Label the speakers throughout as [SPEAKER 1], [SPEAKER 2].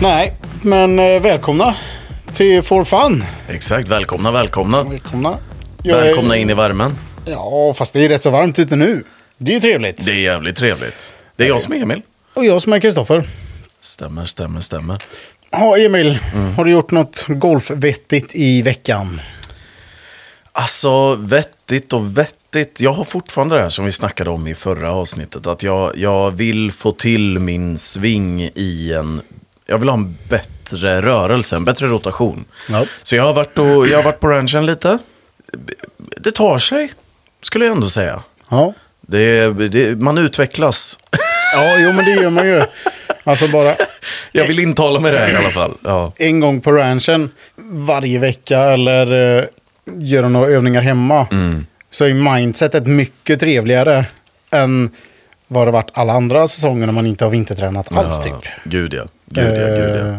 [SPEAKER 1] Nej, men eh, välkomna till For Fun.
[SPEAKER 2] Exakt, välkomna, välkomna.
[SPEAKER 1] Välkomna. Jag är-
[SPEAKER 2] Välkomna in i värmen.
[SPEAKER 1] Ja, fast det är rätt så varmt ute nu. Det är ju trevligt.
[SPEAKER 2] Det är jävligt trevligt. Det är jag som är Emil.
[SPEAKER 1] Och jag som är Kristoffer.
[SPEAKER 2] Stämmer, stämmer, stämmer.
[SPEAKER 1] Ja, Emil.
[SPEAKER 2] Mm.
[SPEAKER 1] Har du gjort något golfvettigt i veckan?
[SPEAKER 2] Alltså, vettigt och vettigt. Jag har fortfarande det här som vi snackade om i förra avsnittet. Att jag, jag vill få till min sving i en... Jag vill ha en bättre rörelse, en bättre rotation.
[SPEAKER 1] Ja.
[SPEAKER 2] Så jag har, varit och, jag har varit på ranchen lite. Det tar sig, skulle jag ändå säga.
[SPEAKER 1] Ja.
[SPEAKER 2] Det, det, man utvecklas.
[SPEAKER 1] Ja, jo men det gör man ju. Alltså bara
[SPEAKER 2] Jag vill intala mig det här i alla fall. Ja.
[SPEAKER 1] en gång på ranchen varje vecka eller eh, göra några övningar hemma.
[SPEAKER 2] Mm.
[SPEAKER 1] Så är mindsetet mycket trevligare än vad det varit alla andra säsonger när man inte har vintertränat alls
[SPEAKER 2] Ja,
[SPEAKER 1] typ.
[SPEAKER 2] Gud ja, gud ja, gud ja.
[SPEAKER 1] Eh,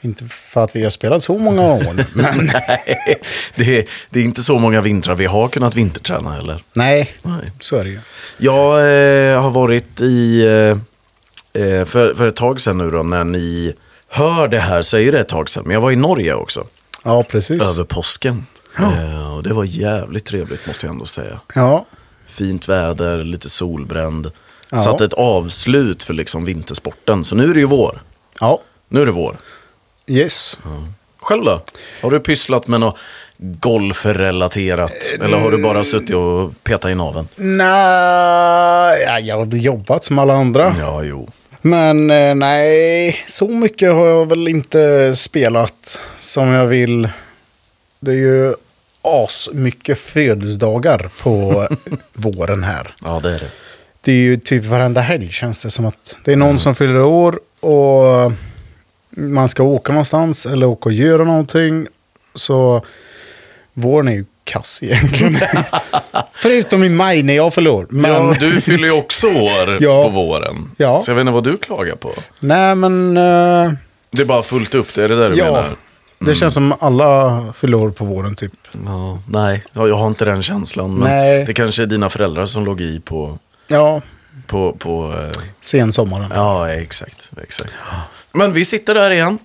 [SPEAKER 1] Inte för att vi har spelat så många år. men,
[SPEAKER 2] Nej, det är, det är inte så många vintrar vi har kunnat vinterträna heller.
[SPEAKER 1] nej,
[SPEAKER 2] Nej.
[SPEAKER 1] så är det ju.
[SPEAKER 2] Jag eh, har varit i, eh, eh, för, för ett tag sedan nu då, när ni hör det här så är ju det ett tag sedan, men jag var i Norge också,
[SPEAKER 1] Ja, precis.
[SPEAKER 2] över påsken. Eh, och det var jävligt trevligt måste jag ändå säga.
[SPEAKER 1] Ja,
[SPEAKER 2] Fint väder, lite solbränd.
[SPEAKER 1] Ja.
[SPEAKER 2] Satte ett avslut för liksom vintersporten, så nu är det ju vår.
[SPEAKER 1] ja,
[SPEAKER 2] Nu är det vår.
[SPEAKER 1] yes.
[SPEAKER 2] Själv då? Har du pysslat med något golfrelaterat?
[SPEAKER 1] Eh,
[SPEAKER 2] Eller har du bara suttit och petat i naveln?
[SPEAKER 1] Nej, ja, jag har väl jobbat som alla andra.
[SPEAKER 2] Ja, jo.
[SPEAKER 1] Men eh, nej, så mycket har jag väl inte spelat som jag vill. Det är ju as mycket födelsedagar på våren här.
[SPEAKER 2] Ja, det är det.
[SPEAKER 1] Det är ju typ varenda helg känns det som att det är någon som fyller år och man ska åka någonstans eller åka och göra någonting. Så våren är ju kass egentligen. Förutom i maj när jag fyller år. Men...
[SPEAKER 2] Ja, du fyller ju också år
[SPEAKER 1] Ja.
[SPEAKER 2] på våren.
[SPEAKER 1] Ja.
[SPEAKER 2] Så jag vet inte vad du klagar på.
[SPEAKER 1] Nej men... eh,
[SPEAKER 2] Det är bara fullt upp, det är det där du
[SPEAKER 1] Ja.
[SPEAKER 2] menar? mm.
[SPEAKER 1] Det känns som alla fyller år på våren typ.
[SPEAKER 2] Ja, nej, Ja, jag har inte den känslan. Men
[SPEAKER 1] Nej.
[SPEAKER 2] Det kanske är dina föräldrar som låg i på...
[SPEAKER 1] Ja,
[SPEAKER 2] på, på eh,
[SPEAKER 1] sen sommaren. Ja.
[SPEAKER 2] ja, exakt. exakt. Men vi sitter där igen,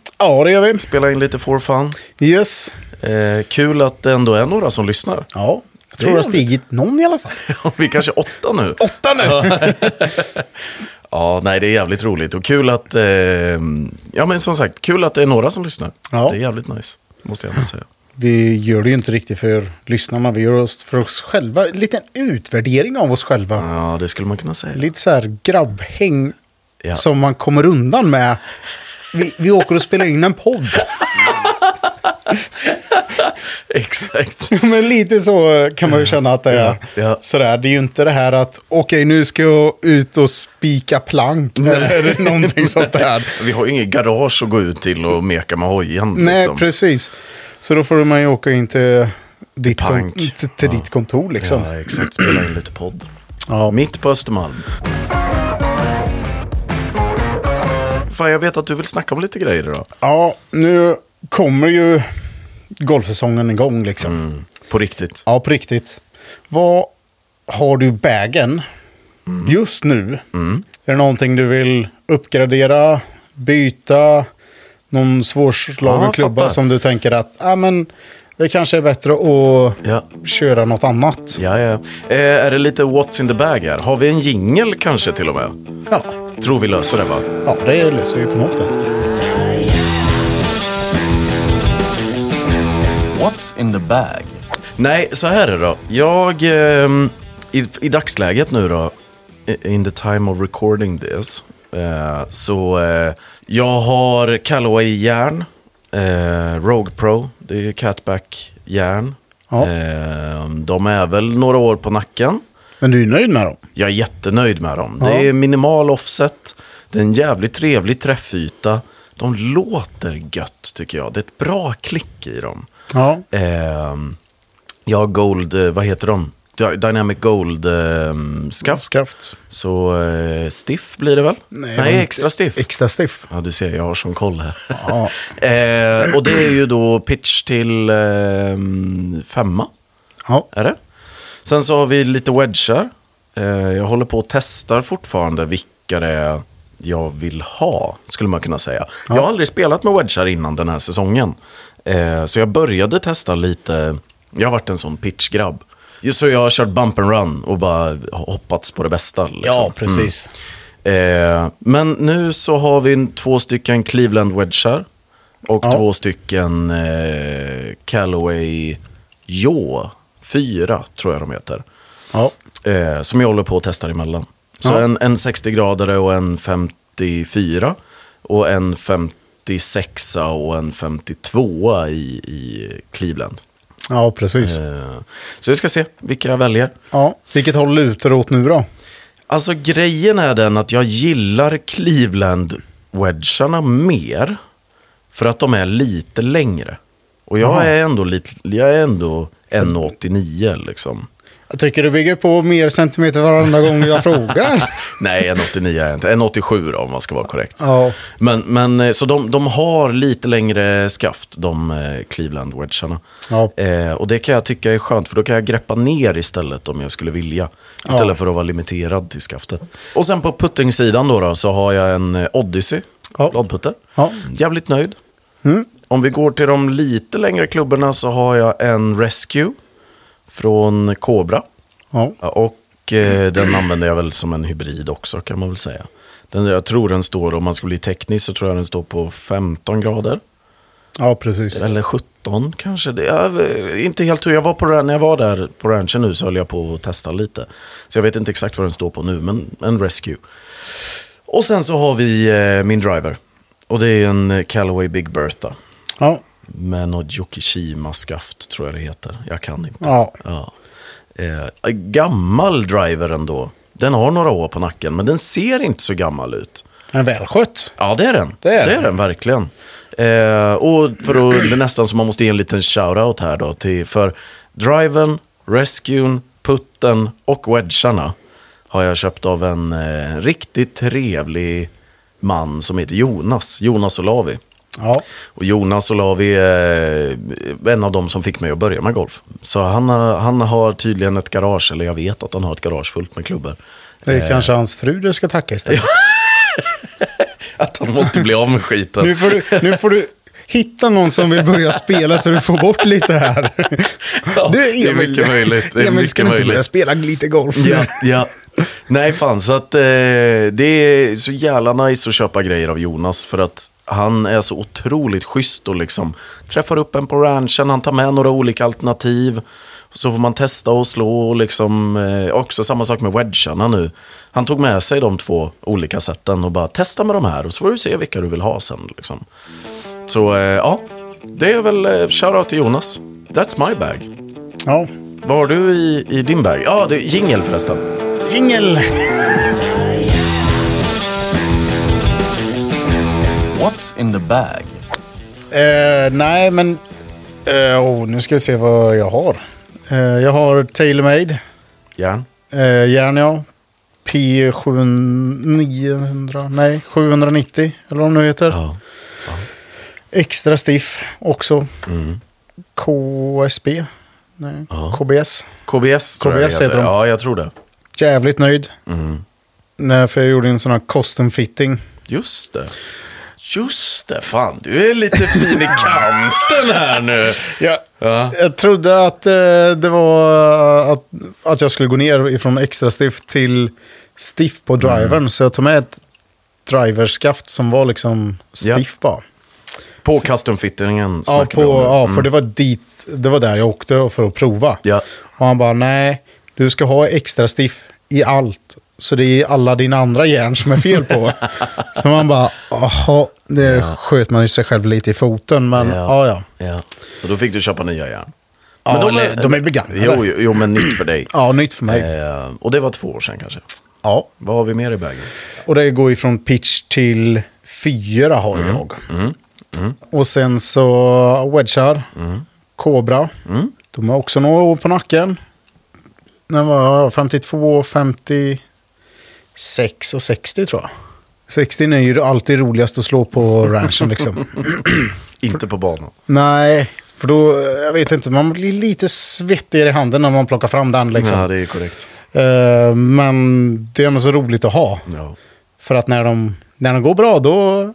[SPEAKER 1] det gör vi.
[SPEAKER 2] spelar in lite for fun.
[SPEAKER 1] Yes.
[SPEAKER 2] Eh, kul att det ändå är några som lyssnar.
[SPEAKER 1] Ja, jag
[SPEAKER 2] Det
[SPEAKER 1] tror
[SPEAKER 2] är
[SPEAKER 1] det har stigit någon i alla fall.
[SPEAKER 2] Ja, Vi är kanske är åtta nu.
[SPEAKER 1] Åtta nu!
[SPEAKER 2] Ja, nej det är jävligt roligt och kul att, eh, ja men som sagt, kul att det är några som lyssnar.
[SPEAKER 1] Ja.
[SPEAKER 2] Det är jävligt nice, måste jag ändå säga.
[SPEAKER 1] Vi gör det ju inte riktigt för lyssnarna, vi gör oss för oss själva. En liten utvärdering av oss själva.
[SPEAKER 2] Ja, det skulle man kunna säga.
[SPEAKER 1] Lite så här grabbhäng
[SPEAKER 2] Ja.
[SPEAKER 1] som man kommer undan med. Vi, vi åker och spelar in en podd.
[SPEAKER 2] Exakt.
[SPEAKER 1] Men lite så kan man ju känna att det är.
[SPEAKER 2] Ja, ja.
[SPEAKER 1] Sådär, det är ju inte det här att okej nu ska jag ut och spika plank eller någonting sånt där.
[SPEAKER 2] Vi har ju inget garage att gå ut till och meka med hojen.
[SPEAKER 1] Nej,
[SPEAKER 2] liksom.
[SPEAKER 1] precis. Så då får man ju åka in till ditt, kon-
[SPEAKER 2] Pank.
[SPEAKER 1] till, till ditt kontor liksom.
[SPEAKER 2] Ja, exakt. Spela in lite podd.
[SPEAKER 1] Ja,
[SPEAKER 2] Mitt på Östermalm. Fan, jag vet att du vill snacka om lite grejer idag.
[SPEAKER 1] ja nu kommer ju golfsäsongen igång liksom.
[SPEAKER 2] Mm. På riktigt.
[SPEAKER 1] Ja, på riktigt. Vad har du i bägen
[SPEAKER 2] Mm.
[SPEAKER 1] just nu? Är det någonting du vill uppgradera, byta, någon svårslagen
[SPEAKER 2] Ja,
[SPEAKER 1] klubba
[SPEAKER 2] fattar.
[SPEAKER 1] som du tänker att ah, men, det kanske är bättre att
[SPEAKER 2] Ja.
[SPEAKER 1] köra något annat?
[SPEAKER 2] Ja, ja. Eh, är det lite what's in the bag här? Har vi en jingel kanske till och med?
[SPEAKER 1] Ja,
[SPEAKER 2] Tror vi löser det va?
[SPEAKER 1] ja det löser vi på något vänster.
[SPEAKER 2] What's in the bag? Nej, så här är det då. Jag, ehm, i, i dagsläget nu då, i- in the time of recording this, eh, så eh, jag har Callaway järn, eh, Rogue Pro, det är Catback järn.
[SPEAKER 1] Ja.
[SPEAKER 2] Eh, de är väl några år på nacken.
[SPEAKER 1] Men du är nöjd med dem?
[SPEAKER 2] Jag är jättenöjd med dem.
[SPEAKER 1] Ja.
[SPEAKER 2] Det är minimal offset, det är en jävligt trevlig träffyta. De låter gött tycker jag. Det är ett bra klick i dem.
[SPEAKER 1] Ja.
[SPEAKER 2] Ehm, ja, Gold, eh, vad heter de? Dy- Dynamic Gold ehm, skaft.
[SPEAKER 1] Skaft.
[SPEAKER 2] Så eh, stiff blir det väl? Nej, extra stiff.
[SPEAKER 1] Extra stiff.
[SPEAKER 2] ja, du ser, jag har sån koll här.
[SPEAKER 1] Ja.
[SPEAKER 2] Eh, och det är ju då pitch till ehm, femma,
[SPEAKER 1] Ja.
[SPEAKER 2] är det? Sen så har vi lite wedgar. Eh, jag håller på och testar fortfarande vilka det är jag vill ha, skulle man kunna säga. Jag har aldrig spelat med wedgar innan den här säsongen. Eh, så jag började testa lite, jag har varit en sån pitchgrabb. Just så jag har kört bump and run och bara hoppats på det bästa. Liksom.
[SPEAKER 3] Ja, precis.
[SPEAKER 2] Eh, men nu så har vi en- två stycken Cleveland Wedgar och två stycken eh, Callaway Jo 4, tror jag de heter.
[SPEAKER 1] Ja.
[SPEAKER 2] Eh, som jag håller på att testa emellan. Så
[SPEAKER 1] Ja.
[SPEAKER 2] en, en 60-gradare och en 54 och en 56 och en 52 i, i Cleveland.
[SPEAKER 1] ja, precis.
[SPEAKER 2] Eh, så vi ska se vilka jag väljer.
[SPEAKER 1] Ja. Vilket håll lutar det åt nu då?
[SPEAKER 2] Alltså grejen är den att jag gillar Cleveland wedgarna mer. För att de är lite längre. Och jag är ändå lite, jag är ändå 1,89 liksom.
[SPEAKER 1] Jag tycker du bygger på mer centimeter varenda gång jag frågar.
[SPEAKER 2] Nej, 1,89 är jag inte. 1,87 då om man ska vara korrekt.
[SPEAKER 1] Ja.
[SPEAKER 2] Men, men eh, så de, de har lite längre skaft, de eh, Cleveland wedgarna.
[SPEAKER 1] Ja.
[SPEAKER 2] Eh, och det kan jag tycka är skönt, för då kan jag greppa ner istället om jag skulle vilja. Istället
[SPEAKER 1] Ja.
[SPEAKER 2] för att vara limiterad till skaftet. Och sen på puttingsidan då, då så har jag en eh, Odyssey,
[SPEAKER 1] Ja.
[SPEAKER 2] bladputter.
[SPEAKER 1] Ja.
[SPEAKER 2] Jävligt nöjd.
[SPEAKER 1] Mm.
[SPEAKER 2] Om vi går till de lite längre klubborna så har jag en Rescue från Cobra.
[SPEAKER 1] Ja.
[SPEAKER 2] Ja, Och eh, den använder jag väl som en hybrid också kan man väl säga. Den, jag tror den står, om man ska bli teknisk så tror jag den står på 15 grader.
[SPEAKER 1] ja, precis.
[SPEAKER 2] Eller 17 kanske. Det, jag, eh, inte helt hur jag var på ran- när jag var där på ranchen nu så höll jag på att testa lite. Så jag vet inte exakt vad den står på nu, men en rescue. Och sen så har vi eh, min driver. Och det är en eh, Callaway Big Bertha.
[SPEAKER 1] Ja.
[SPEAKER 2] Med något Yokishima-skaft tror jag det heter. Jag kan inte.
[SPEAKER 1] Ja.
[SPEAKER 2] Ja. Eh, gammal driver ändå. Den har några år på nacken, men den ser inte så gammal ut.
[SPEAKER 1] Men välskött.
[SPEAKER 2] Ja, det är den.
[SPEAKER 1] Det är den.
[SPEAKER 2] verkligen. Eh, och för att, det är nästan som man måste ge en liten shout-out här då. Till, för driven, rescuen, putten och wedgarna har jag köpt av en eh, riktigt trevlig man som heter Jonas. Jonas Olavi.
[SPEAKER 1] Ja.
[SPEAKER 2] Och Jonas Olavi är eh, en av dem som fick mig att börja med golf. Så han, har- han har tydligen ett garage, eller jag vet att han har ett garage fullt med klubbor.
[SPEAKER 1] Det
[SPEAKER 2] Eh.
[SPEAKER 1] är kanske hans fru du ska tacka istället.
[SPEAKER 2] Att han måste bli av med skiten.
[SPEAKER 1] Nu, får du, nu får du hitta någon som vill börja spela så du får bort lite här.
[SPEAKER 2] Ja, det är mycket möjligt. Det är
[SPEAKER 1] Emil, ska du
[SPEAKER 2] mycket
[SPEAKER 1] inte börja
[SPEAKER 2] möjligt.
[SPEAKER 1] spela lite golf?
[SPEAKER 2] Ja, ja. Nej, fan. Så att, eh, det är så jävla nice att köpa grejer av Jonas. För att han är så otroligt schysst och liksom träffar upp en på ranchen. Han tar med några olika alternativ. Så får man testa och slå och liksom, eh, också samma sak med wedgarna nu. Han tog med sig de två olika sätten och bara testa med de här och så får du se vilka du vill ha sen. Liksom. Så eh, ja, det är väl eh, shoutout till Jonas. That's my bag.
[SPEAKER 1] Ja.
[SPEAKER 2] Vad har du i, i din bag? Ja, det är jingel förresten.
[SPEAKER 1] Jingel!
[SPEAKER 2] What's in the bag?
[SPEAKER 1] Eh, nej, men... eh, oh, nu ska vi se vad jag har. Eh, jag har TaylorMade.
[SPEAKER 2] Järn.
[SPEAKER 1] Eh, järn, ja. P700... Nej, 790. Eller vad de nu heter.
[SPEAKER 2] Ja.
[SPEAKER 1] Extra stiff också. KSB. Nej,
[SPEAKER 2] Mm. Ja.
[SPEAKER 1] KBS.
[SPEAKER 2] KBS tror jag
[SPEAKER 1] KBS
[SPEAKER 2] det
[SPEAKER 1] heter de.
[SPEAKER 2] Ja, jag tror det.
[SPEAKER 1] Jävligt nöjd.
[SPEAKER 2] Mm.
[SPEAKER 1] Nej, för jag gjorde en sån här custom fitting.
[SPEAKER 2] Just det. Just det, fan. Du är lite fin i kanten här nu.
[SPEAKER 1] Jag,
[SPEAKER 2] Ja.
[SPEAKER 1] jag trodde att eh, det var eh, att, att jag skulle gå ner ifrån extra stiff till stiff på drivern.
[SPEAKER 2] Mm.
[SPEAKER 1] Så jag tog med ett driverskaft som var liksom
[SPEAKER 2] Ja.
[SPEAKER 1] stiff bara.
[SPEAKER 2] På custom-fittingen
[SPEAKER 1] Ja,
[SPEAKER 2] snackar
[SPEAKER 1] på,
[SPEAKER 2] vi om nu. Mm.
[SPEAKER 1] ja, för det var dit, det var där jag åkte för att prova.
[SPEAKER 2] Ja.
[SPEAKER 1] Och han bara, nej, du ska ha extra stiff i allt. Så det är alla dina andra järn som är fel på. så man bara, jaha, det sköt man ju sig själv lite i foten. Men ja, ja. ja.
[SPEAKER 2] ja. Så då fick du köpa nya järn.
[SPEAKER 1] Ja, eller- de är begagnade.
[SPEAKER 2] Jo, jo, jo, men nytt för dig.
[SPEAKER 1] nytt för mig.
[SPEAKER 2] Eh, och det var två år sedan kanske.
[SPEAKER 1] Ja.
[SPEAKER 2] Vad har vi mer i bagen?
[SPEAKER 1] Och det går ifrån pitch till fyra har jag. Och sen så wedgar, Cobra. De har också några år på nacken. Den var 52, 56 och 60 tror jag. 60 är ju alltid roligast att slå på ranchen liksom.
[SPEAKER 2] Inte på banan.
[SPEAKER 1] Nej, för då, eh, jag vet inte, man blir lite svettigare i handen när man plockar fram den liksom.
[SPEAKER 2] Ja, det är korrekt.
[SPEAKER 1] Eh, men det är ändå så roligt att ha.
[SPEAKER 2] Ja.
[SPEAKER 1] För att när de när de går bra då,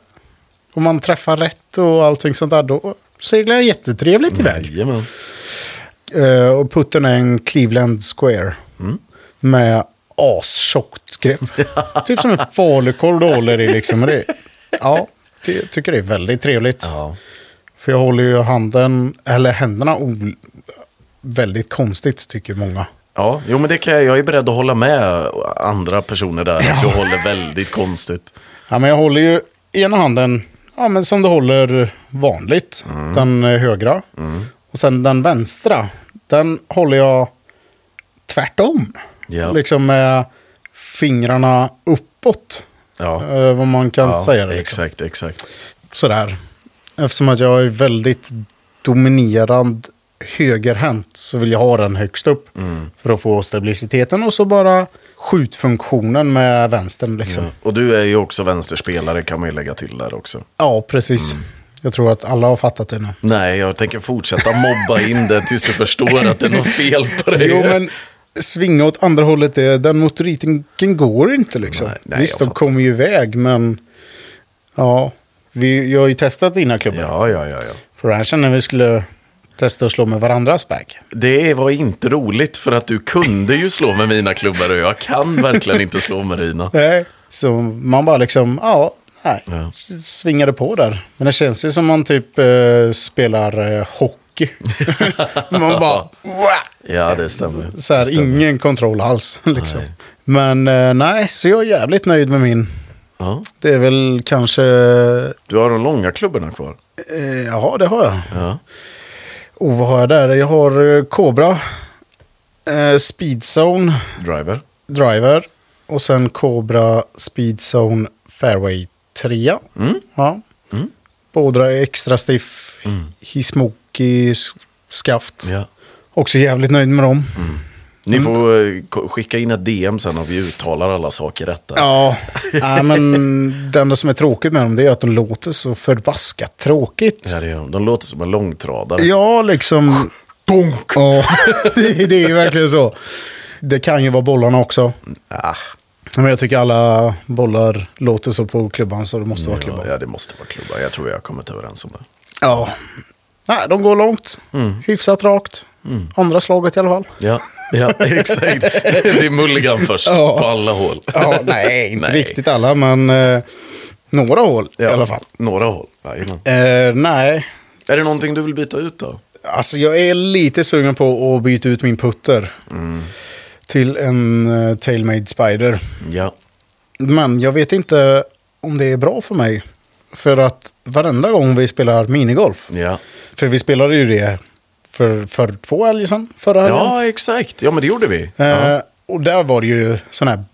[SPEAKER 1] om man träffar rätt och allting sånt där, då seglar jag jättetrevligt iväg.
[SPEAKER 2] Jajamän.
[SPEAKER 1] Eh, och putten är en Cleveland Square. Med astjockt grepp. typ som en falukorv du håller i liksom. Och Det, ja, det, jag tycker det är väldigt trevligt.
[SPEAKER 2] Ja.
[SPEAKER 1] För jag håller ju handen, eller händerna ol- väldigt konstigt tycker många.
[SPEAKER 2] Ja, jo men det kan jag, jag är beredd att hålla med andra personer där. Att jag håller väldigt konstigt.
[SPEAKER 1] Ja, men jag håller ju ena handen ja, men som du håller vanligt.
[SPEAKER 2] Mm.
[SPEAKER 1] Den eh, högra. Och sen den vänstra. Den håller jag tvärtom.
[SPEAKER 2] Ja.
[SPEAKER 1] Liksom med fingrarna uppåt.
[SPEAKER 2] Ja,
[SPEAKER 1] Eh, vad man kan
[SPEAKER 2] ja
[SPEAKER 1] säga. det, Liksom.
[SPEAKER 2] exakt, exakt.
[SPEAKER 1] Sådär. Eftersom att jag är väldigt dominerad högerhänt så vill jag ha den högst upp.
[SPEAKER 2] Mm.
[SPEAKER 1] För att få stabiliteten och så bara skjutfunktionen med vänstern. Liksom.
[SPEAKER 2] Och du är ju också vänsterspelare kan man ju lägga till där också.
[SPEAKER 1] Ja, precis.
[SPEAKER 2] Mm.
[SPEAKER 1] Jag tror att alla har fattat det nu.
[SPEAKER 2] Nej, jag tänker fortsätta mobba in det tills du förstår att det är något fel på dig.
[SPEAKER 1] Jo, men svinga åt andra hållet, det, den motoriken går inte liksom.
[SPEAKER 2] Nej, nej,
[SPEAKER 1] Visst,
[SPEAKER 2] jag
[SPEAKER 1] de kommer ju iväg, men ja. Vi, jag har ju testat dina klubbor.
[SPEAKER 2] Ja, ja, ja, ja.
[SPEAKER 1] För det här kände vi skulle testa att slå med varandras bag.
[SPEAKER 2] Det var inte roligt för att du kunde ju slå med mina klubbar och jag kan verkligen inte slå med dina.
[SPEAKER 1] Nej. Så man bara liksom, ja, nej.
[SPEAKER 2] Ja.
[SPEAKER 1] Svingade på där. Men det känns ju som man typ eh, spelar eh, hockey. man bara, "Wah!"
[SPEAKER 2] Ja, det stämmer.
[SPEAKER 1] Så här, ingen kontroll alls. Liksom. Men eh, nej, så jag är jävligt nöjd med min.
[SPEAKER 2] Ja.
[SPEAKER 1] Det är väl kanske...
[SPEAKER 2] Du har de långa klubborna kvar.
[SPEAKER 1] Eh, ja, det har jag.
[SPEAKER 2] Ja.
[SPEAKER 1] Och vad har jag där? Jag har eh, Cobra, eh, Speedzone,
[SPEAKER 2] Driver.
[SPEAKER 1] Driver och sen Cobra, Speedzone, Fairway 3.
[SPEAKER 2] Mm.
[SPEAKER 1] Ja. Båda är extra stiff, hismokig, s- skaft.
[SPEAKER 2] Mm. Ja.
[SPEAKER 1] Också jävligt nöjd med dem.
[SPEAKER 2] Ni får eh, ko- skicka in ett DM sen om vi uttalar alla saker rätt. där.
[SPEAKER 1] Ja, nej, men det enda som är tråkigt med dem det är att de låter så förbaskat tråkigt.
[SPEAKER 2] Ja, det gör de. De låter som en långtradare.
[SPEAKER 1] Ja, liksom... Bonk! Ja, det, det är ju verkligen så. Det kan ju vara bollarna också.
[SPEAKER 2] Ah,
[SPEAKER 1] Men jag tycker alla bollar låter så på klubban så det måste vara klubban.
[SPEAKER 2] ja, ja, det måste vara klubba. Jag tror jag har kommit överens om det.
[SPEAKER 1] Ja. Nej, de går långt. Hyfsat rakt. Andra slaget i alla fall.
[SPEAKER 2] Ja, ja exakt. Det är mulligan först
[SPEAKER 1] Ja.
[SPEAKER 2] på alla hål.
[SPEAKER 1] Ja, nej, inte
[SPEAKER 2] Nej.
[SPEAKER 1] riktigt alla, men eh, några hål
[SPEAKER 2] Ja,
[SPEAKER 1] i alla fall.
[SPEAKER 2] Några hål. Jajamän.
[SPEAKER 1] Eh, nej,
[SPEAKER 2] Är det någonting du vill byta ut då?
[SPEAKER 1] Alltså jag är lite sugen på att byta ut min putter. Till en uh, Tailmade Spider.
[SPEAKER 2] Ja.
[SPEAKER 1] Men jag vet inte om det är bra för mig. För att varenda gång vi spelar minigolf.
[SPEAKER 2] Ja.
[SPEAKER 1] För vi spelade ju det för, för två helger sedan. Förra helgen.
[SPEAKER 2] ja, exakt. Ja, men det gjorde vi.
[SPEAKER 1] Eh,
[SPEAKER 2] Ja.
[SPEAKER 1] Och där var det ju sån här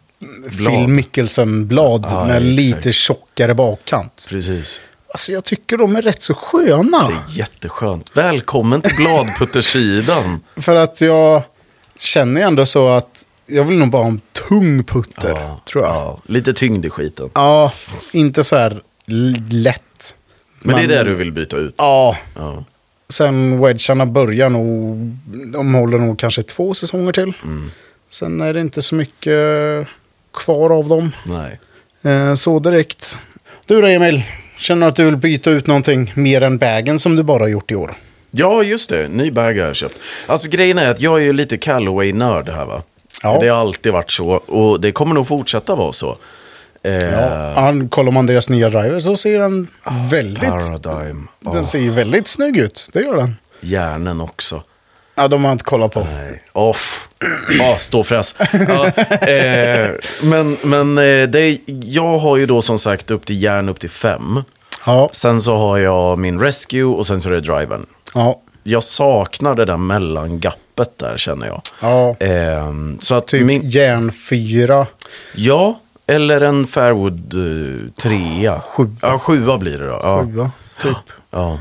[SPEAKER 1] Phil Mickelson-blad
[SPEAKER 2] Ja,
[SPEAKER 1] med
[SPEAKER 2] exakt.
[SPEAKER 1] lite tjockare bakkant.
[SPEAKER 2] Precis.
[SPEAKER 1] Alltså jag tycker de är rätt så sköna.
[SPEAKER 2] Det är jätteskönt. Välkommen till bladputtersidan.
[SPEAKER 1] För att jag känner ju ändå så att jag vill nog bara ha en tung putter, tror jag. Ja.
[SPEAKER 2] Ja, lite tyngd i skiten.
[SPEAKER 1] inte så här l- lätt.
[SPEAKER 2] Men det är det du vill byta ut?
[SPEAKER 1] Ja.
[SPEAKER 2] Ja.
[SPEAKER 1] Sen wedgarna börjar nog, de håller nog kanske två säsonger till.
[SPEAKER 2] Mm.
[SPEAKER 1] Sen är det inte så mycket kvar av dem.
[SPEAKER 2] Nej.
[SPEAKER 1] Eh, så direkt. Du då Emil, känner du att du vill byta ut någonting mer än bagen som du bara har gjort i år?
[SPEAKER 2] Ja, just det. Ny bag har jag köpt. Alltså grejen är att jag är ju lite Callaway-nörd här va.
[SPEAKER 1] Ja.
[SPEAKER 2] Det har alltid varit så och det kommer nog fortsätta vara så. Eh,
[SPEAKER 1] Ja. Han, kollar man deras nya driver så ser den väldigt
[SPEAKER 2] Paradigm.
[SPEAKER 1] Den
[SPEAKER 2] Ja,
[SPEAKER 1] ser ju väldigt snygg ut, det gör den.
[SPEAKER 2] hjärnen också.
[SPEAKER 1] Ja, de har jag inte kollat på.
[SPEAKER 2] Nej. Off. Ja, ståfräs. Ja, eh, men men eh, det är, jag har ju då som sagt upp till järn upp till fem.
[SPEAKER 1] Ja,
[SPEAKER 2] Sen så har jag min rescue och sen så är det driven.
[SPEAKER 1] ja,
[SPEAKER 2] Jag saknar det där mellangappet där känner jag.
[SPEAKER 1] ja.
[SPEAKER 2] Ehm, så att
[SPEAKER 1] Typ
[SPEAKER 2] min,
[SPEAKER 1] järnfyra.
[SPEAKER 2] Ja, eller en Fairwood 3.
[SPEAKER 1] Ah, sjua.
[SPEAKER 2] Ja, sjua blir det då. Ja.
[SPEAKER 1] Sjua, typ.
[SPEAKER 2] Ja.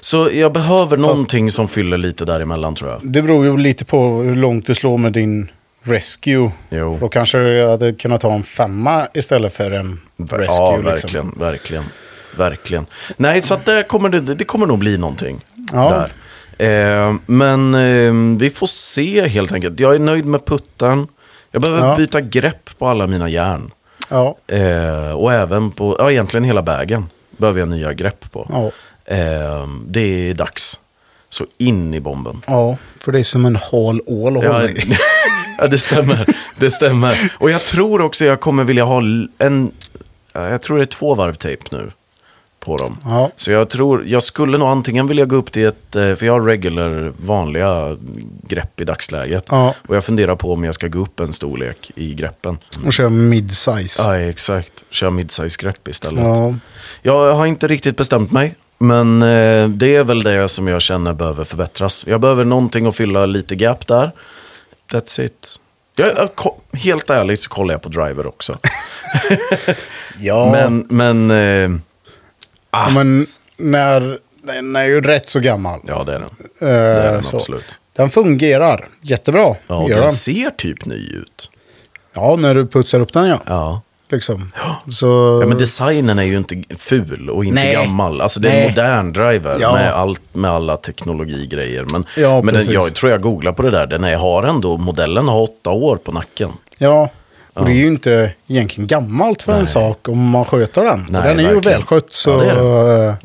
[SPEAKER 2] Så jag behöver någonting som fyller lite däremellan tror jag.
[SPEAKER 1] Det beror ju lite på hur långt du slår med din rescue.
[SPEAKER 2] Jo.
[SPEAKER 1] Då kanske jag hade kunnat ta en femma istället för en rescue.
[SPEAKER 2] ja,
[SPEAKER 1] Liksom.
[SPEAKER 2] verkligen, verkligen, verkligen. Nej, så att det kommer, det, det kommer nog bli någonting
[SPEAKER 1] Ja.
[SPEAKER 2] där. Eh, men eh, vi får se helt enkelt. Jag är nöjd med putten. Jag behöver
[SPEAKER 1] Ja.
[SPEAKER 2] byta grepp på alla mina järn.
[SPEAKER 1] Ja.
[SPEAKER 2] Eh, och även på, ja egentligen hela vägen behöver jag nya grepp på.
[SPEAKER 1] Ja.
[SPEAKER 2] Eh, det är dags. Så in i bomben.
[SPEAKER 1] ja, för det är som en hal ål att hålla
[SPEAKER 2] Ja,
[SPEAKER 1] i.
[SPEAKER 2] ja, det stämmer. Det stämmer. Och jag tror också jag kommer vilja ha l- en... ja, Jag tror det är två varv tejp nu på dem.
[SPEAKER 1] Ja.
[SPEAKER 2] Så jag tror, jag skulle nog antingen vilja gå upp till ett, eh, för jag har regular vanliga grepp i dagsläget.
[SPEAKER 1] Ja.
[SPEAKER 2] Och jag funderar på om jag ska gå upp en storlek i greppen.
[SPEAKER 1] Och köra midsize.
[SPEAKER 2] Ja, exakt. Kör midsize grepp istället.
[SPEAKER 1] Ja.
[SPEAKER 2] Jag har inte riktigt bestämt mig. Men eh, det är väl det som jag känner behöver förbättras. Jag behöver någonting att fylla lite gap där. That's it. Jag, jag, ko- helt ärligt så kollar jag på driver också.
[SPEAKER 1] Ja. Ah.
[SPEAKER 2] Men, men eh,
[SPEAKER 1] Ja, Men när, den är ju rätt så gammal.
[SPEAKER 2] ja det är den.
[SPEAKER 1] Eh,
[SPEAKER 2] är den
[SPEAKER 1] så.
[SPEAKER 2] absolut.
[SPEAKER 1] Den fungerar jättebra.
[SPEAKER 2] Ja, och
[SPEAKER 1] gör
[SPEAKER 2] den
[SPEAKER 1] den.
[SPEAKER 2] ser typ ny ut.
[SPEAKER 1] ja, när du putsar upp den ja.
[SPEAKER 2] Ja.
[SPEAKER 1] Liksom. Så,
[SPEAKER 2] ja, men designen är ju inte ful och inte
[SPEAKER 1] Nej.
[SPEAKER 2] gammal. Alltså det är en
[SPEAKER 1] Nej.
[SPEAKER 2] modern driver
[SPEAKER 1] Ja.
[SPEAKER 2] med, allt, med alla teknologigrejer. Men,
[SPEAKER 1] Ja,
[SPEAKER 2] men den,
[SPEAKER 1] precis.
[SPEAKER 2] jag tror jag googlar på det där. Den är, har ändå, modellen har åtta år på nacken.
[SPEAKER 1] ja. Och det är ju inte egentligen gammalt för en sak om man sköter den. Och
[SPEAKER 2] Nej,
[SPEAKER 1] den är ju
[SPEAKER 2] verkligen.
[SPEAKER 1] välskött så
[SPEAKER 2] Ja,
[SPEAKER 1] det,
[SPEAKER 2] det
[SPEAKER 1] är
[SPEAKER 2] är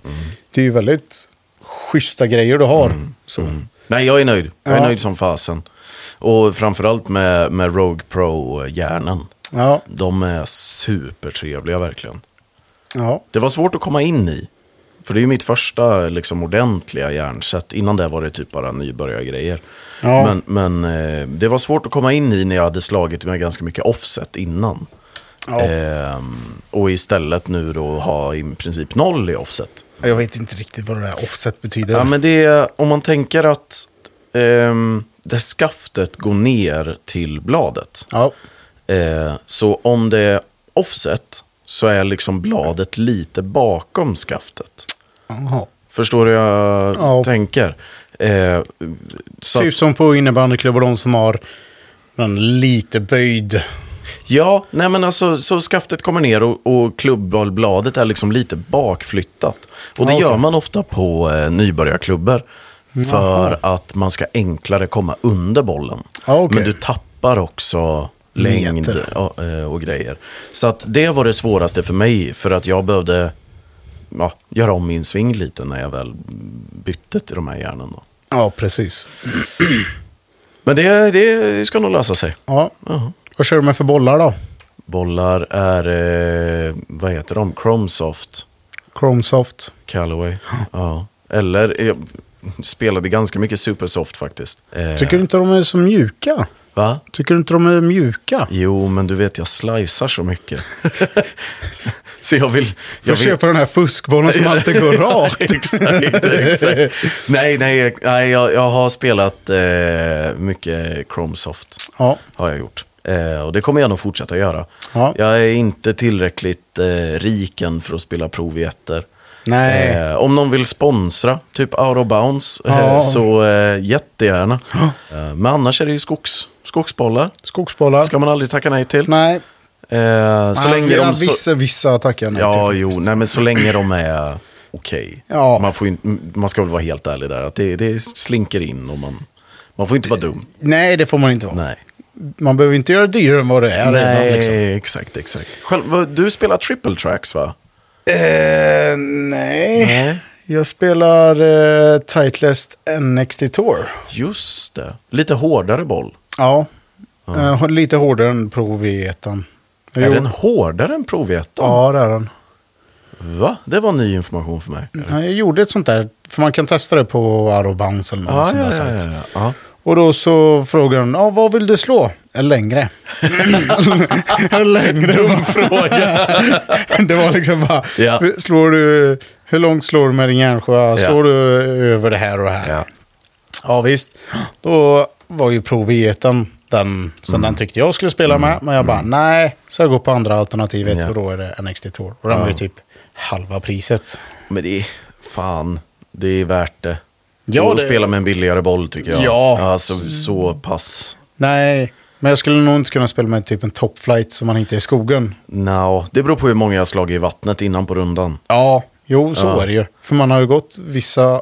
[SPEAKER 1] det är ju väldigt schyssta grejer du har.
[SPEAKER 2] Mm.
[SPEAKER 1] Så.
[SPEAKER 2] Nej, jag är nöjd. Jag är
[SPEAKER 1] Ja.
[SPEAKER 2] nöjd som fasen. Och framförallt med, med Rogue Pro-hjärnan.
[SPEAKER 1] Ja,
[SPEAKER 2] De är supertrevliga verkligen.
[SPEAKER 1] ja,
[SPEAKER 2] Det var svårt att komma in i. För det är ju mitt första liksom, ordentliga hjärnsätt. Innan det var det typ bara nybörjargrejer.
[SPEAKER 1] Ja.
[SPEAKER 2] Men, men eh, det var svårt att komma in i när jag hade slagit med ganska mycket offset innan.
[SPEAKER 1] ja.
[SPEAKER 2] Ehm, och istället nu då ha i princip noll i offset.
[SPEAKER 1] Jag vet inte riktigt vad det där offset betyder.
[SPEAKER 2] Ja, men det är, om man tänker att ehm, det skaftet går ner till bladet.
[SPEAKER 1] ja.
[SPEAKER 2] Eh, så om det är offset så är liksom bladet lite bakom skaftet.
[SPEAKER 1] Jaha.
[SPEAKER 2] Förstår du hur jag
[SPEAKER 1] Ja.
[SPEAKER 2] tänker? Eh, så
[SPEAKER 1] Typ som på innebandyklubbor, de som har den lite böjd.
[SPEAKER 2] Ja, nej men alltså, så skaftet kommer ner och, och klubbbollbladet är liksom lite bakflyttat. Och det
[SPEAKER 1] Ja, okej.
[SPEAKER 2] gör man ofta på eh, nybörjarklubbor. För att man ska enklare komma under bollen.
[SPEAKER 1] Ja, okej.
[SPEAKER 2] Men du tappar också längd
[SPEAKER 1] Meter.
[SPEAKER 2] och, eh, och grejer. Så att det var det svåraste för mig. För att jag behövde ja, göra om min sving lite när jag väl bytte till de här järnen. Då.
[SPEAKER 1] Ja, precis.
[SPEAKER 2] Men det, det ska nog lösa sig.
[SPEAKER 1] Ja.
[SPEAKER 2] Ja.
[SPEAKER 1] Vad kör du med för bollar då?
[SPEAKER 2] Bollar är, eh, vad heter de? Chromesoft,
[SPEAKER 1] Chromesoft.
[SPEAKER 2] Callaway. Ja. Eller, eh, jag spelade ganska mycket Supersoft faktiskt. Eh,
[SPEAKER 1] Tycker du inte de är så mjuka?
[SPEAKER 2] Va?
[SPEAKER 1] Tycker du inte de är mjuka?
[SPEAKER 2] Jo, men du vet jag slicear så mycket. så jag vill...
[SPEAKER 1] Jag
[SPEAKER 2] Jag
[SPEAKER 1] får
[SPEAKER 2] vill...
[SPEAKER 1] köpa den här fuskbollen som alltid går rakt. liksom.
[SPEAKER 2] exakt, exakt. Nej, nej, nej jag, jag har spelat eh, mycket Chromesoft.
[SPEAKER 1] Ja.
[SPEAKER 2] har jag gjort. Eh, och det kommer jag nog fortsätta göra.
[SPEAKER 1] Ja.
[SPEAKER 2] Jag är inte tillräckligt eh, rik än för att spela provjetter.
[SPEAKER 1] Nej.
[SPEAKER 2] Eh, om någon vill sponsra, typ Out of Bounds, eh,
[SPEAKER 1] Ja.
[SPEAKER 2] så eh, jättegärna. Eh, men annars är det ju skogs, skogsbollar.
[SPEAKER 1] Skogsbollar?
[SPEAKER 2] ska man aldrig tacka nej till.
[SPEAKER 1] Nej.
[SPEAKER 2] Eh, så
[SPEAKER 1] Nej,
[SPEAKER 2] länge
[SPEAKER 1] ja,
[SPEAKER 2] de så...
[SPEAKER 1] vissa, vissa tackar jag nej
[SPEAKER 2] Ja,
[SPEAKER 1] till.
[SPEAKER 2] jo, nej, men så länge de är okej.
[SPEAKER 1] Ja.
[SPEAKER 2] Man, får ju inte- man ska väl vara helt ärlig där, att det, det slinker in och man, man får inte vara dum.
[SPEAKER 1] Nej, det får man inte vara.
[SPEAKER 2] Nej.
[SPEAKER 1] Man behöver inte göra det dyrare än vad det är redan.
[SPEAKER 2] Nej,
[SPEAKER 1] Liksom.
[SPEAKER 2] exakt, exakt. Själv, vad- du spelar triple tracks va?
[SPEAKER 1] Eh, nej.
[SPEAKER 2] Nej.
[SPEAKER 1] Jag spelar eh, Titleist NXT Tour.
[SPEAKER 2] Just det. Lite hårdare boll.
[SPEAKER 1] Ja. Eh, lite hårdare än Pro V1.
[SPEAKER 2] Är den hårdare än Pro V1?
[SPEAKER 1] Ja, det är den.
[SPEAKER 2] Va? Det var ny information för mig.
[SPEAKER 1] Ja, Jag gjorde ett sånt där, för man kan testa det på Arrow Bounce eller någon
[SPEAKER 2] Ah,
[SPEAKER 1] sån där
[SPEAKER 2] ja, ja,
[SPEAKER 1] sajt.
[SPEAKER 2] ja, ja. ja.
[SPEAKER 1] Och då så frågade hon, ah, vad vill du slå? En längre. en längre. Dum fråga. det var liksom bara,
[SPEAKER 2] Ja.
[SPEAKER 1] slår du, hur långt slår du med din järnsjö? Slår du över det här och det här?
[SPEAKER 2] Ja.
[SPEAKER 1] Ja, visst. Då var ju provveten den som
[SPEAKER 2] Mm.
[SPEAKER 1] den tyckte jag skulle spela med. Men jag bara, nej. Så jag går på andra alternativet
[SPEAKER 2] Ja.
[SPEAKER 1] och då är det NXT Tour. Och den var ju typ halva priset.
[SPEAKER 2] Men det är... Fan, det är värt det.
[SPEAKER 1] Ja,
[SPEAKER 2] och
[SPEAKER 1] det-
[SPEAKER 2] spela med en billigare boll tycker jag.
[SPEAKER 1] Ja.
[SPEAKER 2] Alltså så pass.
[SPEAKER 1] Nej, men jag skulle nog inte kunna spela med typ en topflight som man inte är i skogen.
[SPEAKER 2] No. Det beror på hur många jag slagit i vattnet innan på rundan.
[SPEAKER 1] Ja, jo, så
[SPEAKER 2] Ja.
[SPEAKER 1] är det ju. För man har ju gått vissa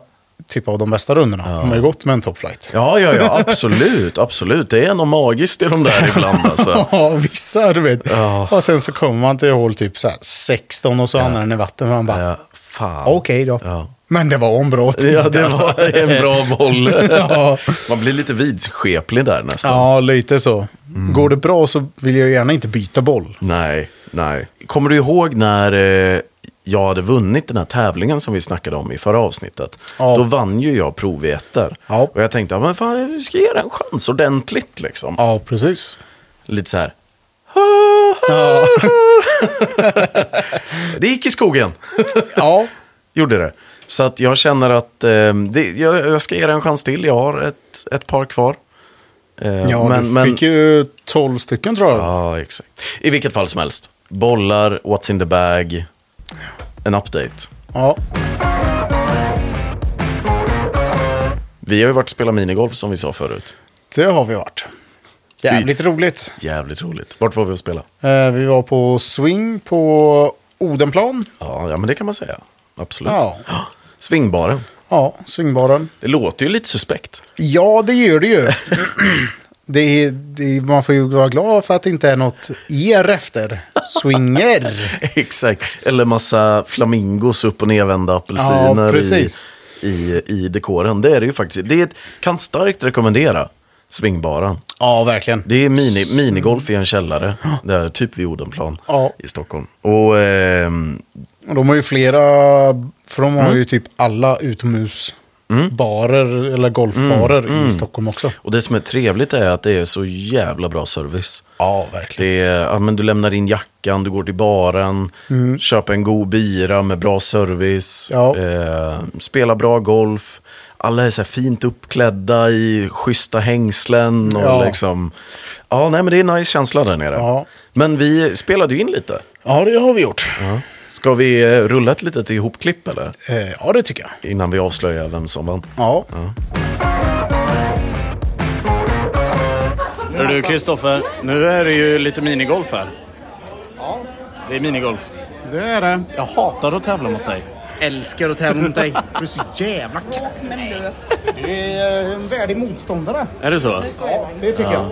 [SPEAKER 1] typ av de bästa rundorna. De har ju gått med en topflight.
[SPEAKER 2] Ja, ja, ja, absolut, absolut. Det är något magiskt i de där ibland alltså.
[SPEAKER 1] Ja, vissa du vet.
[SPEAKER 2] Ja.
[SPEAKER 1] Och sen så kommer man till hål typ så här 16 och så hamnar den i vatten. Och man bara,
[SPEAKER 2] Ja, fan.
[SPEAKER 1] okej då.
[SPEAKER 2] Ja.
[SPEAKER 1] Men det var Alltså. ombrått.
[SPEAKER 2] Ja, det var en bra boll.
[SPEAKER 1] Ja.
[SPEAKER 2] Man blir lite vidskeplig där nästan.
[SPEAKER 1] ja, lite så.
[SPEAKER 2] Mm.
[SPEAKER 1] Går det bra så vill jag gärna inte byta boll.
[SPEAKER 2] Nej, nej. Kommer du ihåg när eh, jag hade vunnit den här tävlingen som vi snackade om i förra avsnittet?
[SPEAKER 1] Ja.
[SPEAKER 2] Då vann ju jag provetter.
[SPEAKER 1] Ja.
[SPEAKER 2] Och jag tänkte, ja, men fan, jag ska ge den en chans ordentligt liksom.
[SPEAKER 1] Ja, precis.
[SPEAKER 2] Lite så här. det gick i skogen.
[SPEAKER 1] Ja,
[SPEAKER 2] Gjorde det. Så att jag känner att eh, det, jag, jag ska ge den en chans till. Jag har ett, ett par kvar. Eh,
[SPEAKER 1] ja du fick ju 12 stycken tror jag.
[SPEAKER 2] Ja, exakt. I vilket fall som helst. Bollar, what's in the bag, en update.
[SPEAKER 1] Ja.
[SPEAKER 2] Vi har ju varit och spelat minigolf som vi sa förut.
[SPEAKER 1] Det har vi varit. Jävligt roligt.
[SPEAKER 2] Jävligt roligt. Vart var vi och spela?
[SPEAKER 1] Eh, vi var på swing på Odenplan.
[SPEAKER 2] Ja, ja men det kan man säga. Absolut.
[SPEAKER 1] Ja.
[SPEAKER 2] Svingbaren.
[SPEAKER 1] Ja, swingbaren.
[SPEAKER 2] Det låter ju lite suspekt.
[SPEAKER 1] Ja, det gör det ju. Det är, det är, man får ju vara glad för att det inte är något er efter. Swinger.
[SPEAKER 2] Exakt. Eller massa flamingos upp och nervända apelsiner
[SPEAKER 1] Ja, precis.
[SPEAKER 2] I, i, i dekoren. Det är det ju faktiskt. Det är, kan starkt rekommendera svingbaren.
[SPEAKER 1] Ja, verkligen.
[SPEAKER 2] Det är mini, minigolf i en källare, där, typ vid Odenplan
[SPEAKER 1] Ja.
[SPEAKER 2] i Stockholm. Och ehm,
[SPEAKER 1] Och De har ju flera, för de har ju typ alla utomhusbarer eller golfbarer i Stockholm också.
[SPEAKER 2] Och det som är trevligt är att det är så jävla bra service.
[SPEAKER 1] Ja, verkligen.
[SPEAKER 2] Det är, ja, men du lämnar in jackan, du går till baren, köper en god bira med bra service,
[SPEAKER 1] Mm. Ja.
[SPEAKER 2] eh, spelar bra golf. Alla är så här fint uppklädda i schyssta hängslen och
[SPEAKER 1] Ja.
[SPEAKER 2] liksom... Ja, nej men det är en nice känsla där nere.
[SPEAKER 1] Ja.
[SPEAKER 2] Men vi spelade ju in lite.
[SPEAKER 1] Ja, det har vi gjort.
[SPEAKER 2] Ska vi eh, rulla ett litet ihopklipp eller?
[SPEAKER 1] Eh, Ja, det tycker jag.
[SPEAKER 2] Innan vi avslöjar vem som vann.
[SPEAKER 1] Ja.
[SPEAKER 3] Hör du Kristoffer, nu är det ju lite minigolf här. Ja. Det är minigolf.
[SPEAKER 4] Det är det.
[SPEAKER 3] Jag hatar att tävla mot dig.
[SPEAKER 4] Älskar att tävla mot dig. Du är så jävla kass. Du är eh, en värdig motståndare.
[SPEAKER 3] Är det så?
[SPEAKER 4] Det tycker jag.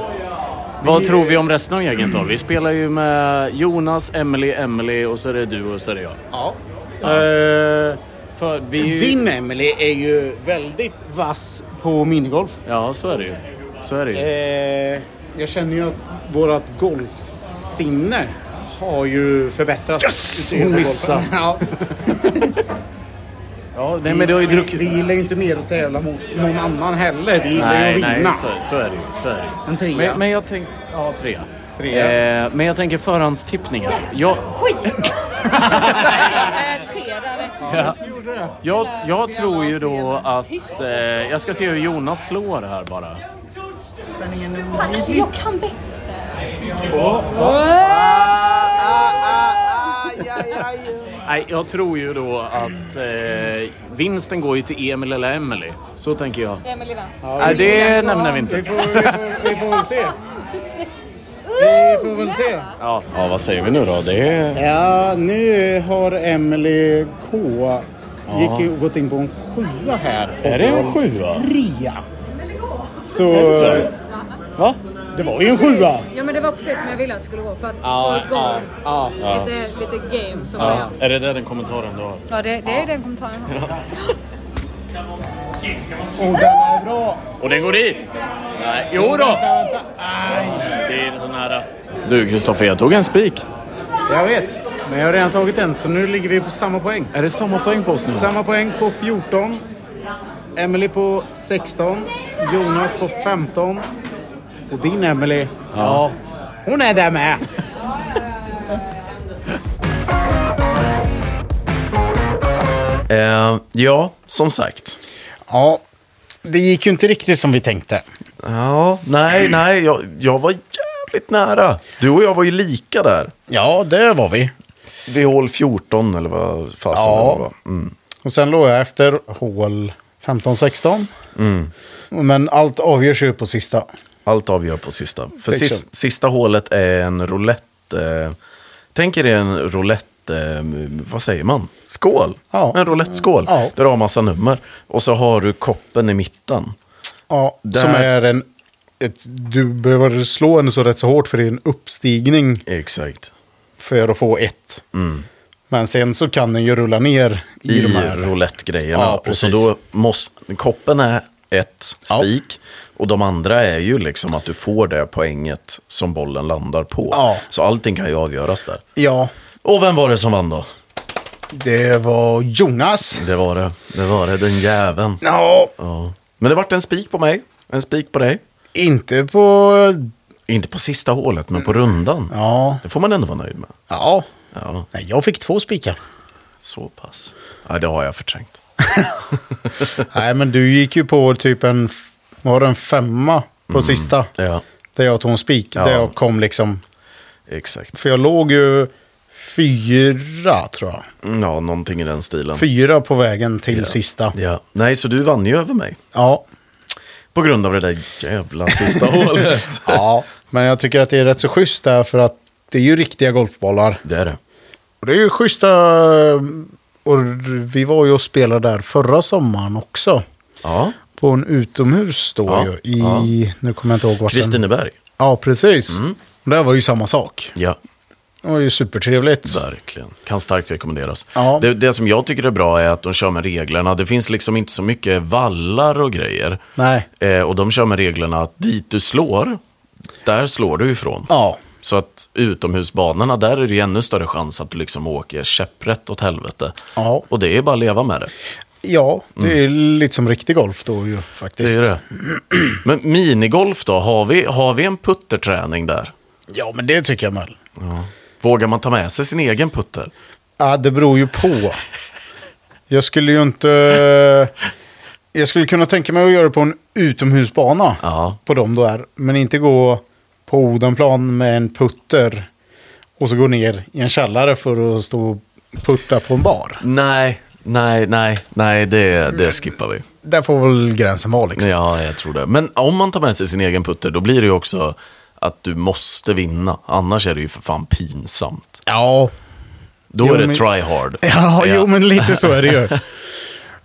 [SPEAKER 3] Vad tror vi om resten av gänget då? Vi spelar ju med Jonas, Emily, Emily och så är det du och så är det jag.
[SPEAKER 4] Ja.
[SPEAKER 3] Eh, för vi är ju...
[SPEAKER 4] Din Emily är ju väldigt vass på minigolf.
[SPEAKER 3] Ja, så är det ju. Så är det ju.
[SPEAKER 4] Eh, jag känner ju att vårt golfsinne har ju förbättrats.
[SPEAKER 3] Yes!
[SPEAKER 4] utöver
[SPEAKER 3] Hon
[SPEAKER 4] golfen.
[SPEAKER 3] missade.
[SPEAKER 4] Ja.
[SPEAKER 3] Ja, nej men du har ju druckit...
[SPEAKER 4] Vi gillar ju inte mer att tävla mot någon annan heller. Vi gillar
[SPEAKER 3] Nej,
[SPEAKER 4] ju att
[SPEAKER 3] nej,
[SPEAKER 4] vinna.
[SPEAKER 3] så, så är det ju. Så är det ju.
[SPEAKER 4] En trea.
[SPEAKER 3] Men, men jag tänker... Ja, trea.
[SPEAKER 4] Trea.
[SPEAKER 3] Eh, men jag tänker förhandstippningar. Jag,
[SPEAKER 5] Skit! Eh, Tre där.
[SPEAKER 3] Ja. Jag, jag
[SPEAKER 5] Vi
[SPEAKER 3] tror
[SPEAKER 5] alla
[SPEAKER 3] ju då
[SPEAKER 5] fel.
[SPEAKER 3] att... Eh, jag ska se hur Jonas slår här bara.
[SPEAKER 5] Alltså jag kan bättre.
[SPEAKER 3] Nej, jag tror ju då att eh, vinsten går ju till Emil eller Emily. Så tänker jag.
[SPEAKER 5] Emelie vann.
[SPEAKER 3] Nej, det nämner vi inte.
[SPEAKER 4] Vi får, vi, får, vi får väl se. Vi får väl se.
[SPEAKER 3] Ja. ja, vad säger vi nu då? Det är...
[SPEAKER 4] Ja, nu har Emily K gick, ju- gått in på en sjua här. På
[SPEAKER 3] Är det en
[SPEAKER 4] hål
[SPEAKER 3] sjua?
[SPEAKER 4] Trea. Så,
[SPEAKER 3] så? Va?
[SPEAKER 4] det var ju en sjua.
[SPEAKER 5] Ja men det var precis som jag ville att det skulle gå för att
[SPEAKER 4] Ja,
[SPEAKER 5] få igång
[SPEAKER 4] ja,
[SPEAKER 5] lite, lite game som
[SPEAKER 3] Ja.
[SPEAKER 5] ja.
[SPEAKER 3] Är det där den kommentaren du har?
[SPEAKER 5] Ja det, det är den kommentaren jag har.
[SPEAKER 4] Och den är bra.
[SPEAKER 3] Och den går i? Nej, jo då!
[SPEAKER 4] Vänta, vänta. Aj.
[SPEAKER 3] Det är så nära. Du Kristoffer, jag tog en spik.
[SPEAKER 4] Jag vet, men jag har redan tagit en så nu ligger vi på samma poäng.
[SPEAKER 3] Är det samma poäng på oss nu?
[SPEAKER 4] Samma poäng på 14. Emily på 16. Jonas på 15. Och din Emily, ja, hon är där med.
[SPEAKER 2] Eh, ja, som sagt.
[SPEAKER 1] ja. Det gick ju inte riktigt som vi tänkte.
[SPEAKER 2] Ja, nej, nej, jag, jag var jävligt nära. Du och jag var ju lika där.
[SPEAKER 1] Ja, det var vi.
[SPEAKER 2] Vid hål 14 eller vad fasen det
[SPEAKER 1] Ja.
[SPEAKER 2] var. Mm.
[SPEAKER 1] Och sen låg jag efter hål 15-16. Mm. Men allt avgörs ju på sista.
[SPEAKER 2] Allt avgör på sista. För
[SPEAKER 1] Liksom.
[SPEAKER 2] sist, sista hålet är en roulette. Eh, tänk er en roulette roulette... eh, Vad säger man? Skål.
[SPEAKER 1] Ja.
[SPEAKER 2] En rouletteskål.
[SPEAKER 1] Ja.
[SPEAKER 2] Där du har massa nummer. Och så har du koppen i mitten.
[SPEAKER 1] Ja,
[SPEAKER 2] Där-
[SPEAKER 1] som är en... Ett, du behöver slå en så rätt så hårt för det är en uppstigning
[SPEAKER 2] Exakt.
[SPEAKER 1] för att få ett. Men sen så kan den ju rulla ner Mm. i,
[SPEAKER 2] I
[SPEAKER 1] de här.
[SPEAKER 2] roulette-grejerna.
[SPEAKER 1] Ja,
[SPEAKER 2] och så
[SPEAKER 1] precis.
[SPEAKER 2] då måste... Koppen är ett
[SPEAKER 1] Ja.
[SPEAKER 2] spik. Och de andra är ju liksom att du får det poänget som bollen landar på.
[SPEAKER 1] Ja.
[SPEAKER 2] Så allting kan ju avgöras där.
[SPEAKER 1] Ja,
[SPEAKER 2] Och vem var det som vann då?
[SPEAKER 1] det var Jonas.
[SPEAKER 2] Det var det. Det var det, den jäveln.
[SPEAKER 1] Ja,
[SPEAKER 2] Ja. Men det vart en spik på mig. En spik på dig.
[SPEAKER 1] inte på...
[SPEAKER 2] Inte på sista hålet, men på rundan.
[SPEAKER 1] Ja,
[SPEAKER 2] Det får man ändå vara nöjd med.
[SPEAKER 1] ja.
[SPEAKER 2] Ja,
[SPEAKER 1] Nej, jag fick två spikar.
[SPEAKER 2] så pass. Ja, det har jag förträngt.
[SPEAKER 1] Nej, men du gick ju på typ en... f- Var det en femma på sista?
[SPEAKER 2] Ja,
[SPEAKER 1] Där jag tog en spik.
[SPEAKER 2] Ja.
[SPEAKER 1] Där jag kom liksom...
[SPEAKER 2] exakt.
[SPEAKER 1] För jag låg ju fyra, tror jag.
[SPEAKER 2] Mm, Ja, någonting i den stilen.
[SPEAKER 1] Fyra på vägen till
[SPEAKER 2] Ja.
[SPEAKER 1] sista.
[SPEAKER 2] Ja. Nej, så du vann ju över mig.
[SPEAKER 1] Ja.
[SPEAKER 2] På grund av det där jävla sista hålet.
[SPEAKER 1] ja. Men jag tycker att det är rätt så schysst där för att det är ju riktiga golfbollar.
[SPEAKER 2] Det är det.
[SPEAKER 1] Och det är ju schyssta... Och vi var ju och spelade där förra sommaren också.
[SPEAKER 2] Ja,
[SPEAKER 1] På en utomhus då
[SPEAKER 2] Ja,
[SPEAKER 1] ju. I... Nu kommer jag inte ihåg vart den-
[SPEAKER 2] Kristineberg.
[SPEAKER 1] Ja, precis.
[SPEAKER 2] Mm.
[SPEAKER 1] Och där var det ju samma sak.
[SPEAKER 2] Ja,
[SPEAKER 1] Det var ju supertrevligt.
[SPEAKER 2] Verkligen. Kan starkt rekommenderas.
[SPEAKER 1] Ja.
[SPEAKER 2] Det, det som jag tycker är bra är att de kör med reglerna. Det finns liksom inte så mycket vallar och grejer.
[SPEAKER 1] Nej.
[SPEAKER 2] Eh, och de kör med reglerna att dit du slår, där slår du ifrån.
[SPEAKER 1] Ja.
[SPEAKER 2] Så att utomhusbanorna, där är det ju ännu större chans att du liksom åker käpprätt åt helvete.
[SPEAKER 1] Ja.
[SPEAKER 2] Och det är bara att leva med det.
[SPEAKER 1] Ja, det är lite som riktig golf då ju faktiskt.
[SPEAKER 2] Mm. Det är det. Men minigolf då, har vi, har vi en putterträning där?
[SPEAKER 1] Ja, men det tycker jag väl.
[SPEAKER 2] Vågar man ta med sig sin egen putter?
[SPEAKER 1] Ja, det beror ju på. Jag skulle ju inte... Jag skulle kunna tänka mig att göra det på en utomhusbana.
[SPEAKER 2] Ja.
[SPEAKER 1] På dem då är. Men inte gå på Odenplan med en putter. Och så gå ner i en källare för att stå och putta på en bar.
[SPEAKER 2] Nej, nej, nej, nej, det, det skippar vi.
[SPEAKER 1] Där får väl gränsen vara liksom.
[SPEAKER 2] Ja, jag tror det. Men om man tar med sig sin egen putter, då blir det ju också att du måste vinna. Annars är det ju för fan pinsamt.
[SPEAKER 1] Ja,
[SPEAKER 2] Då
[SPEAKER 1] Jo,
[SPEAKER 2] är det
[SPEAKER 1] men-
[SPEAKER 2] try hard.
[SPEAKER 1] Ja,
[SPEAKER 2] Ja.
[SPEAKER 1] jo, men lite så är det ju.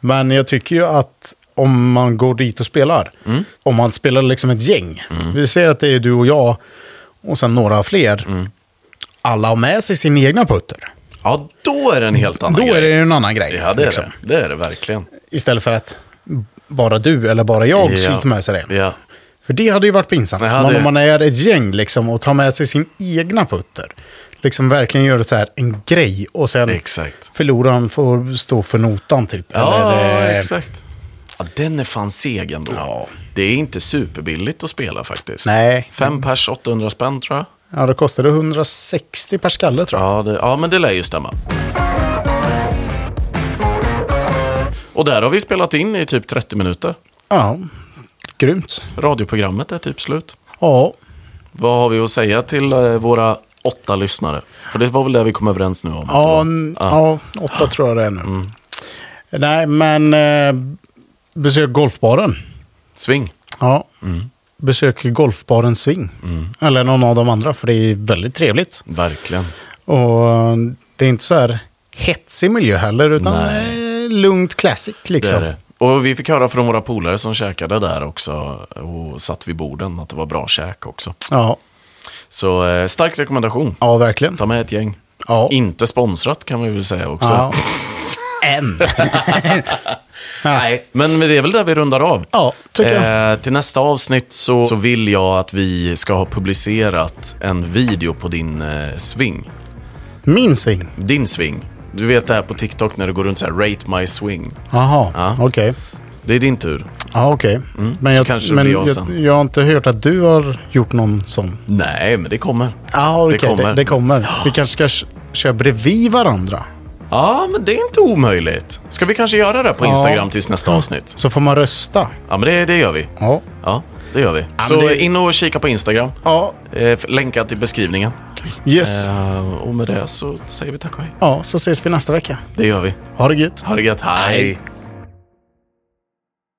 [SPEAKER 1] Men jag tycker ju att om man går dit och spelar,
[SPEAKER 2] Mm.
[SPEAKER 1] om man spelar liksom ett gäng, vi ser att det är du och jag och sen några fler,
[SPEAKER 2] Mm.
[SPEAKER 1] alla har med sig sin egna putter.
[SPEAKER 2] Ja, då är det en helt annan
[SPEAKER 1] Då
[SPEAKER 2] grej.
[SPEAKER 1] är det ju en annan grej.
[SPEAKER 2] Ja, det är
[SPEAKER 1] liksom.
[SPEAKER 2] det. Det är det verkligen.
[SPEAKER 1] Istället för att bara du eller bara jag skulle
[SPEAKER 2] ja.
[SPEAKER 1] ta med sig den.
[SPEAKER 2] Ja.
[SPEAKER 1] För det hade ju varit pinsamt.
[SPEAKER 2] Det hade
[SPEAKER 1] Men
[SPEAKER 2] ju-
[SPEAKER 1] om man är ett gäng liksom, och tar med sig sin egna putter, liksom verkligen gör det så här en grej och sen...
[SPEAKER 2] Exakt.
[SPEAKER 1] Förloraren får stå för notan typ.
[SPEAKER 2] Ja,
[SPEAKER 1] Eller det-
[SPEAKER 2] exakt. Ja, den är fan seg ändå.
[SPEAKER 1] Ja.
[SPEAKER 2] Det är inte superbilligt att spela faktiskt.
[SPEAKER 1] Nej.
[SPEAKER 2] Fem pers, 800 spänn tror jag.
[SPEAKER 1] Ja, det kostade 160 per skalle tror jag.
[SPEAKER 2] Ja, det, ja, men det lär ju stämma. Och där har vi spelat in i typ 30 minuter.
[SPEAKER 1] Ja, grymt.
[SPEAKER 2] Radioprogrammet är typ slut.
[SPEAKER 1] Ja,
[SPEAKER 2] Vad har vi att säga till eh, våra åtta lyssnare? För det var väl det vi kom överens nu om. att det
[SPEAKER 1] ja,
[SPEAKER 2] var-
[SPEAKER 1] n- ja åtta tror jag det är nu.
[SPEAKER 2] Mm.
[SPEAKER 1] Nej, men eh, besök golfbaren.
[SPEAKER 2] Sving.
[SPEAKER 1] Ja,
[SPEAKER 2] Mm.
[SPEAKER 1] besök golfbaren Swing. Eller någon av de andra, för det är väldigt trevligt.
[SPEAKER 2] Verkligen.
[SPEAKER 1] Och eh, det är inte så här hetsig miljö heller, utan
[SPEAKER 2] Nej.
[SPEAKER 1] eh, lugnt classic
[SPEAKER 2] Det
[SPEAKER 1] liksom.
[SPEAKER 2] är det. Och vi fick höra från våra polare som käkade där också och satt vid borden att det var bra käk också.
[SPEAKER 1] Ja,
[SPEAKER 2] Så eh, stark rekommendation.
[SPEAKER 1] ja, verkligen.
[SPEAKER 2] Ta med ett gäng.
[SPEAKER 1] Ja.
[SPEAKER 2] Inte sponsrat kan man väl säga också.
[SPEAKER 1] Ja. Än.
[SPEAKER 2] Nej, men det är väl där vi rundar av.
[SPEAKER 1] Ja, tycker jag.
[SPEAKER 2] Eh, till nästa avsnitt så, så vill jag att vi ska ha publicerat en video på din eh, swing.
[SPEAKER 1] Min sving.
[SPEAKER 2] Din swing. Du vet det här på TikTok när du går runt så här, rate my swing.
[SPEAKER 1] Jaha,
[SPEAKER 2] Ja.
[SPEAKER 1] okej.
[SPEAKER 2] Det är din tur.
[SPEAKER 1] Ja, okej. Men, jag,
[SPEAKER 2] kanske det
[SPEAKER 1] men
[SPEAKER 2] blir jag
[SPEAKER 1] jag, jag,
[SPEAKER 2] sen.
[SPEAKER 1] har inte hört att du har gjort någon sån.
[SPEAKER 2] Nej, men det kommer.
[SPEAKER 1] Ja, okej.
[SPEAKER 2] kommer.
[SPEAKER 1] Det, det kommer. Vi kanske ska kö- köra bredvid varandra.
[SPEAKER 2] Ja, men det är inte omöjligt. Ska vi kanske göra det på Instagram tills nästa avsnitt?
[SPEAKER 1] Så får man rösta.
[SPEAKER 2] Ja, men det, det gör vi.
[SPEAKER 1] Ja.
[SPEAKER 2] Ja, det gör vi. så
[SPEAKER 1] men det-
[SPEAKER 2] in och kika på Instagram.
[SPEAKER 1] Ja.
[SPEAKER 2] Eh, länkad i beskrivningen.
[SPEAKER 1] Yes.
[SPEAKER 2] Eh, och med det så säger vi tack och hej.
[SPEAKER 1] Ja, så ses vi nästa vecka.
[SPEAKER 2] Det gör vi.
[SPEAKER 1] Ha det gött.
[SPEAKER 2] Ha det gött. Hej.